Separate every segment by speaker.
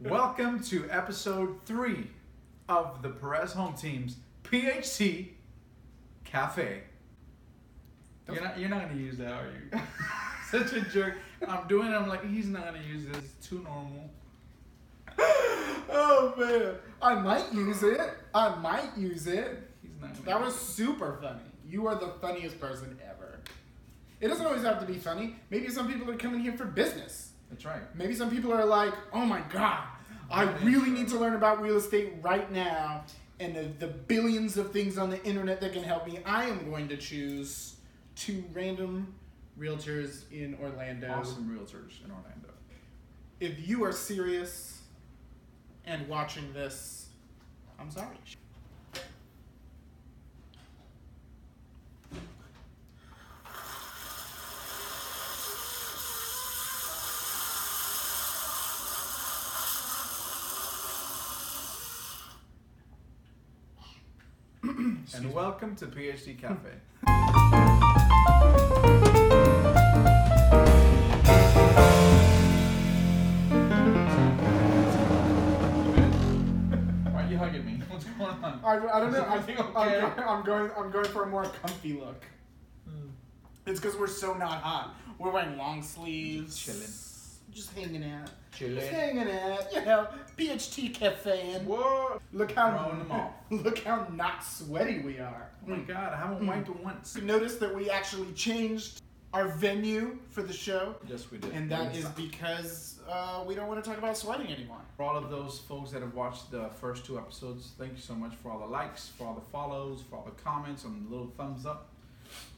Speaker 1: Welcome to episode three of the Perez Home Team's PHT Cafe. You're not, you're not gonna use that, are you? Such a jerk. I'm doing it, I'm like, he's not gonna use this. It's too normal.
Speaker 2: Oh man, I might use it. I might use it.
Speaker 1: He's not gonna
Speaker 2: That
Speaker 1: use
Speaker 2: was super funny. You are the funniest person ever. It doesn't always have to be funny. Maybe some people are coming here for business.
Speaker 1: it. That's right.
Speaker 2: Maybe some people are like, "Oh my god, I really need to learn about real estate right now." And the, the billions of things on the internet that can help me, I am going to choose two random realtors in Orlando.
Speaker 1: Awesome realtors in Orlando.
Speaker 2: If you are serious and watching this, I'm sorry.
Speaker 1: and welcome to PhD Cafe. Why are you hugging me? What's going on?
Speaker 2: I, I don't know. I,
Speaker 1: Everything
Speaker 2: I'm,
Speaker 1: okay?
Speaker 2: go- I'm going. I'm going for a more comfy look. Hmm. It's because we're so not hot. We're wearing long sleeves. Just hanging out. Just
Speaker 1: Chilling.
Speaker 2: hanging out. You know, PHT cafe. And
Speaker 1: Whoa! Oh
Speaker 2: look how
Speaker 1: Throwing them off.
Speaker 2: look how not sweaty we are.
Speaker 1: Oh my god, I haven't wiped it once.
Speaker 2: You notice that we actually changed our venue for the show,
Speaker 1: Yes, we did.
Speaker 2: and that is
Speaker 1: Inside.
Speaker 2: because uh, we don't want to talk about sweating anymore.
Speaker 1: For all of those folks that have watched the first two episodes, thank you so much for all the likes, for all the follows, for all the comments, and little thumbs up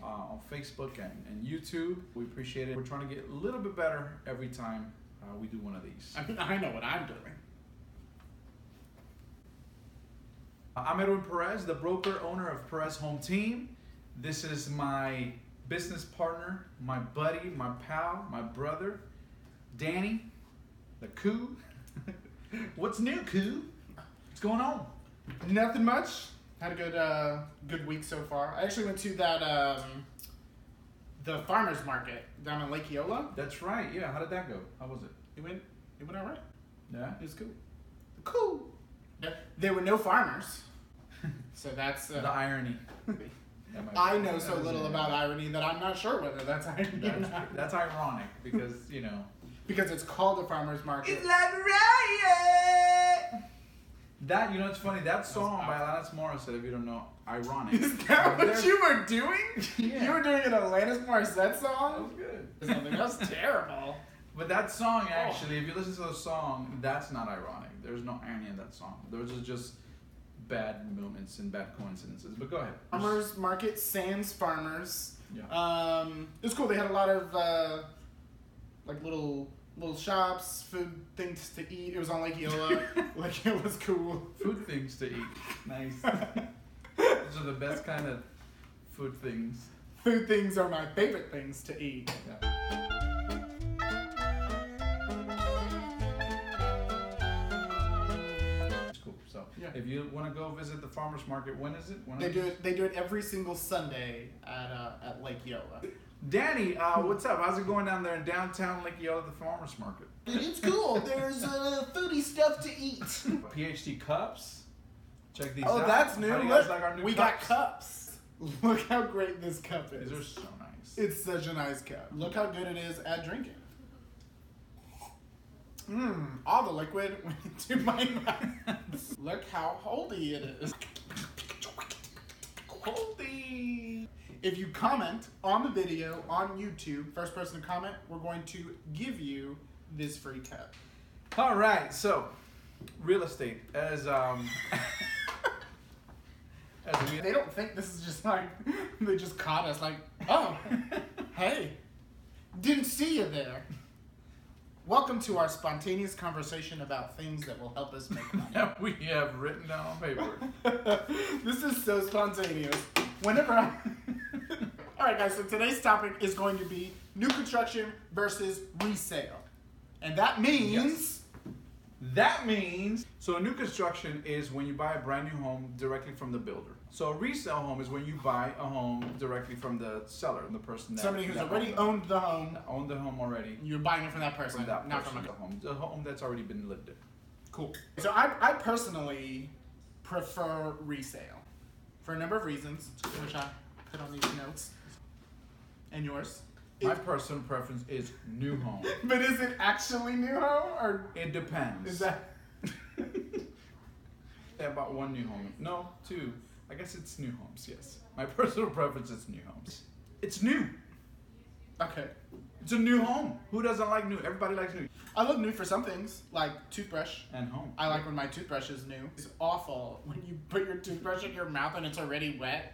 Speaker 1: uh, on Facebook and, and YouTube. We appreciate it. We're trying to get a little bit better every time uh, we do one of these.
Speaker 2: I mean, I know what I'm doing.
Speaker 1: Uh, I'm Edwin Perez, the broker owner of Perez Home Team. This is my business partner, my buddy, my pal, my brother, Danny, the Coo. What's new, Coo? What's going on?
Speaker 2: Nothing much. Had a good uh, good week so far. I actually went to that um, the farmers market down in Lake Eola.
Speaker 1: That's right. Yeah. How did that go? How was it?
Speaker 2: It went it went all right.
Speaker 1: Yeah.
Speaker 2: It was cool. Cool. There, there were no farmers, so that's.
Speaker 1: The
Speaker 2: Uh,
Speaker 1: irony. That might
Speaker 2: I
Speaker 1: be-
Speaker 2: know
Speaker 1: that
Speaker 2: so
Speaker 1: is
Speaker 2: little
Speaker 1: it.
Speaker 2: about irony that I'm not sure whether that's irony or
Speaker 1: That's,
Speaker 2: not.
Speaker 1: that's ironic because you know.
Speaker 2: Because it's called a farmers market.
Speaker 1: like riot. That you know, it's funny. That song by Alanis Morissette. If you don't know, ironic.
Speaker 2: Is that
Speaker 1: There's-
Speaker 2: what you were doing?
Speaker 1: Yeah.
Speaker 2: You were doing an Alanis Morissette
Speaker 1: That was
Speaker 2: song?
Speaker 1: good.
Speaker 2: Something that's terrible.
Speaker 1: But that song actually, if you listen to the song, that's not ironic. There's no irony in that song. There's just, just bad moments and bad coincidences. But go ahead.
Speaker 2: Farmers market, Sam's Farmers.
Speaker 1: Yeah.
Speaker 2: Um, it was cool. They had a lot of uh, like little little shops, food things to eat. It was on Lake Eola. like it was cool.
Speaker 1: Food things to eat. Nice. Those are the best kind of food things.
Speaker 2: food things are my favorite things to eat.
Speaker 1: It's cool. So
Speaker 2: Yeah.
Speaker 1: if you want to go visit the farmers market, when is it? When
Speaker 2: They
Speaker 1: is
Speaker 2: do it. They do it every single Sunday at uh, at Lake Eola.
Speaker 1: Danny, uh, what's up? How's it going down there in downtown Lake Yale at the farmers market?
Speaker 2: It's cool. There's uh, foodie stuff to eat.
Speaker 1: PhD cups. Check these
Speaker 2: Oh,
Speaker 1: out.
Speaker 2: that's
Speaker 1: How
Speaker 2: new.
Speaker 1: do you guys
Speaker 2: Look,
Speaker 1: like our new
Speaker 2: we got cups. Look how great this cup is.
Speaker 1: These are so nice.
Speaker 2: It's such a nice cup. Look how good it is at drinking. Mmm, all the liquid went into my mouth. Look how holdy it is.
Speaker 1: Coldy.
Speaker 2: If you comment on the video on YouTube, first person to comment, we're going to give you this free cup.
Speaker 1: All right, so real estate as um as we
Speaker 2: They don't think this is just like, they just caught us like, oh, hey, didn't see you there. Welcome to our spontaneous conversation about things that will help us make money.
Speaker 1: that we have written down on paper.
Speaker 2: this is so spontaneous. Whenever I. Alright, guys, so today's topic is going to be new construction versus resale. And that means.
Speaker 1: Yes. That means so a new construction is when you buy a brand new home directly from the builder. So a resale home is when you buy a home directly from the seller, the person that
Speaker 2: Somebody who's
Speaker 1: that
Speaker 2: already
Speaker 1: owned, the-
Speaker 2: owned the home,
Speaker 1: that owned the home already.
Speaker 2: you're buying it from that person,
Speaker 1: From that
Speaker 2: not
Speaker 1: person,
Speaker 2: from a
Speaker 1: the home, the home that's already been lived in.
Speaker 2: Cool. So I, I personally prefer resale for a number of reasons, which I put on these notes. And yours?
Speaker 1: My personal preference is new home.
Speaker 2: But is it actually new home or
Speaker 1: It depends.
Speaker 2: is that?
Speaker 1: I bought one new home. No, two. I guess it's new homes. Yes. My personal preference is new homes. It's new.
Speaker 2: okay.
Speaker 1: It's a new home. Who doesn't like new? Everybody likes new.
Speaker 2: I love new for some things, like toothbrush.
Speaker 1: And home.
Speaker 2: I like when my toothbrush is new. It's awful when you put your toothbrush in your mouth and it's already wet.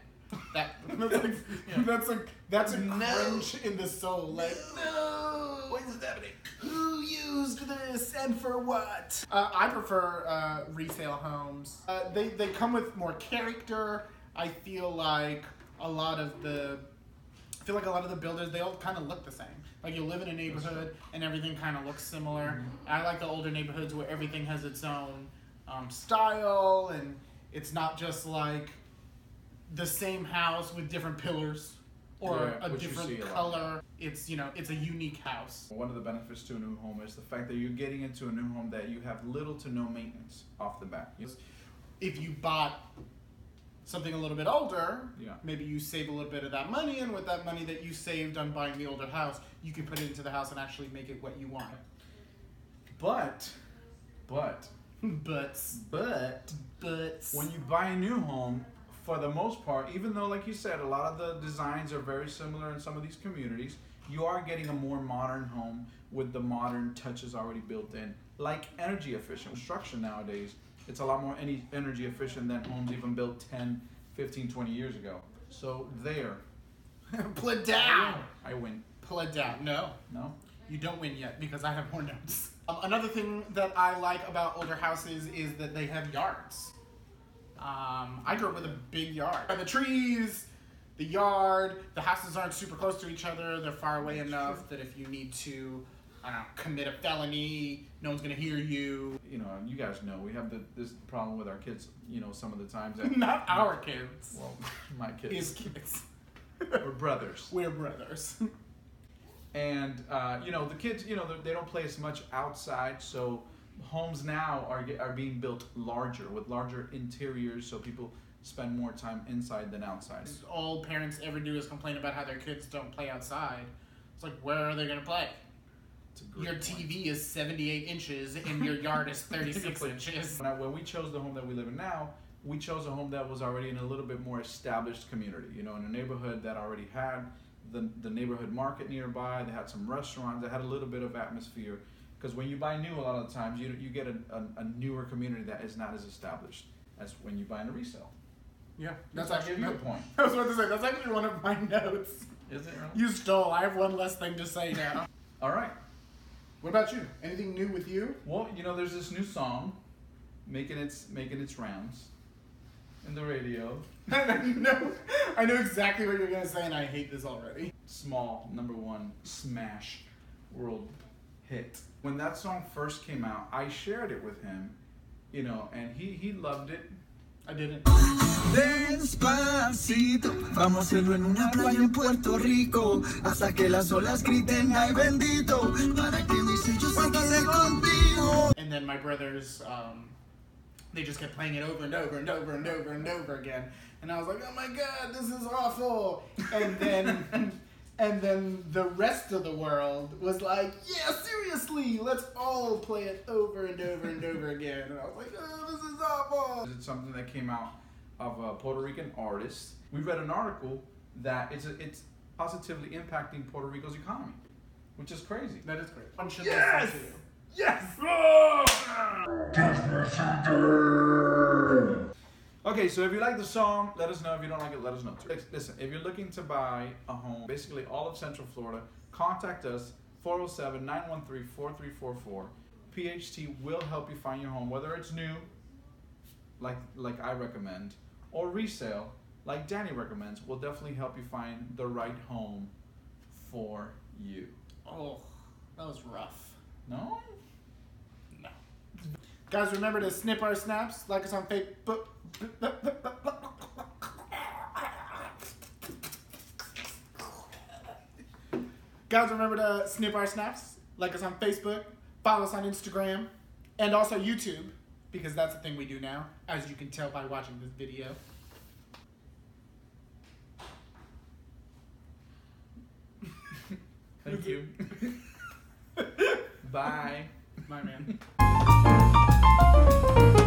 Speaker 2: That that's like
Speaker 1: Yeah.
Speaker 2: that's like that's a
Speaker 1: No.
Speaker 2: cringe in the soul. Like no,
Speaker 1: this happening?
Speaker 2: who used this and for what? Uh, I prefer uh, resale homes. Uh, they they come with more character. I feel like a lot of the I feel like a lot of the builders they all kind of look the same. Like you live in a neighborhood and everything kind of looks similar.
Speaker 1: Mm-hmm.
Speaker 2: I like the older neighborhoods where everything has its own um, style and it's not just like the same house with different pillars or
Speaker 1: Yeah,
Speaker 2: a
Speaker 1: which you
Speaker 2: different
Speaker 1: see a lot.
Speaker 2: color. It's you know it's a unique house.
Speaker 1: One of the benefits to a new home is the fact that you're getting into a new home that you have little to no maintenance off the bat. Yes.
Speaker 2: if you bought something a little bit older,
Speaker 1: Yeah.
Speaker 2: maybe you save a little bit of that money, and with that money that you saved on buying the older house, you can put it into the house and actually make it what you want.
Speaker 1: But, but,
Speaker 2: but,
Speaker 1: but,
Speaker 2: but,
Speaker 1: when you buy a new home, for the most part, even though, like you said, a lot of the designs are very similar in some of these communities, you are getting a more modern home with the modern touches already built in, like energy efficient construction nowadays. It's a lot more any energy efficient than homes even built 10, 15, 20 years ago. So there,
Speaker 2: put down,
Speaker 1: I win.
Speaker 2: put down. No,
Speaker 1: No?
Speaker 2: you don't win yet because I have more notes. Um, another thing that I like about older houses is that they have yards. Um, I grew up with a big yard. The trees, the yard, the houses aren't super close to each other. They're far away enough that if you need to, I don't know, commit a felony, no one's gonna hear you.
Speaker 1: You know, you guys know we have the, this problem with our kids, you know, some of the times. That,
Speaker 2: Not our kids.
Speaker 1: well, my
Speaker 2: His
Speaker 1: kids.
Speaker 2: kids.
Speaker 1: We're brothers.
Speaker 2: We're brothers.
Speaker 1: and uh, you know the kids you know they- they don't play as much outside so homes now are, ge- are being built larger with larger interiors so people spend more time inside than outside
Speaker 2: All parents ever do is complain about how their kids don't play outside. It's like, where are they gonna play?
Speaker 1: It's a great
Speaker 2: Your
Speaker 1: point.
Speaker 2: TV is 78 inches and your yard is 36 inches.
Speaker 1: when, I, when we chose the home that we live in now we chose a home that was already in a little bit more established community you know in a neighborhood that already had the, the neighborhood market nearby they had some restaurants they had a little bit of atmosphere because when you buy new a lot of the times you, you get a, a, a newer community that is not as established as when you buy in a resale
Speaker 2: Yeah,
Speaker 1: That's actually a good point.
Speaker 2: I was about to say that's actually one of my notes.
Speaker 1: Is it
Speaker 2: You stole. I have one less thing to say now.
Speaker 1: All right.
Speaker 2: what about you? Anything new with you?
Speaker 1: Well, you know, there's this new song making its making its rounds in the radio.
Speaker 2: I know, I know exactly what you're gonna say, and I hate this already.
Speaker 1: Small number one smash world hit. When that song first came out, I shared it with him, you know, and he he loved it.
Speaker 2: I didn't.
Speaker 3: Despacito, vamos a hacerlo en una playa en Puerto Rico, hasta que las olas griten ay bendito, para que mi sello se quede contigo.
Speaker 2: And then my brothers, um, they just kept playing it over and over and over and over and over again, and I was like, oh my god, this is awful. And then, and then the rest of the world was like, yeah, seriously, let's all play it over and over and over again. And I was like, oh, this is awful.
Speaker 1: It's something that came out of a Puerto Rican artist. We read an article that it's it's positively impacting Puerto Rico's economy, which is crazy.
Speaker 2: That is great. I'm sure
Speaker 1: Yes!
Speaker 2: that's true.
Speaker 1: Yes! Okay, so if you like the song, let us know. If you don't like it, let us know too. Listen, if you're looking to buy a home, basically all of Central Florida, contact us 407 913 4344. PHT will help you find your home, whether it's new, like, like I recommend, or resale, like Danny recommends. We'll definitely help you find the right home for you.
Speaker 2: Oh, that was rough.
Speaker 1: No?
Speaker 2: No. Guys, remember to snip our snaps, like us on Facebook. Guys, remember to snip our snaps, like us on Facebook, follow us on Instagram, and also YouTube, because that's the thing we do now, as you can tell by watching this video.
Speaker 1: Thank you. Bye.
Speaker 2: My man.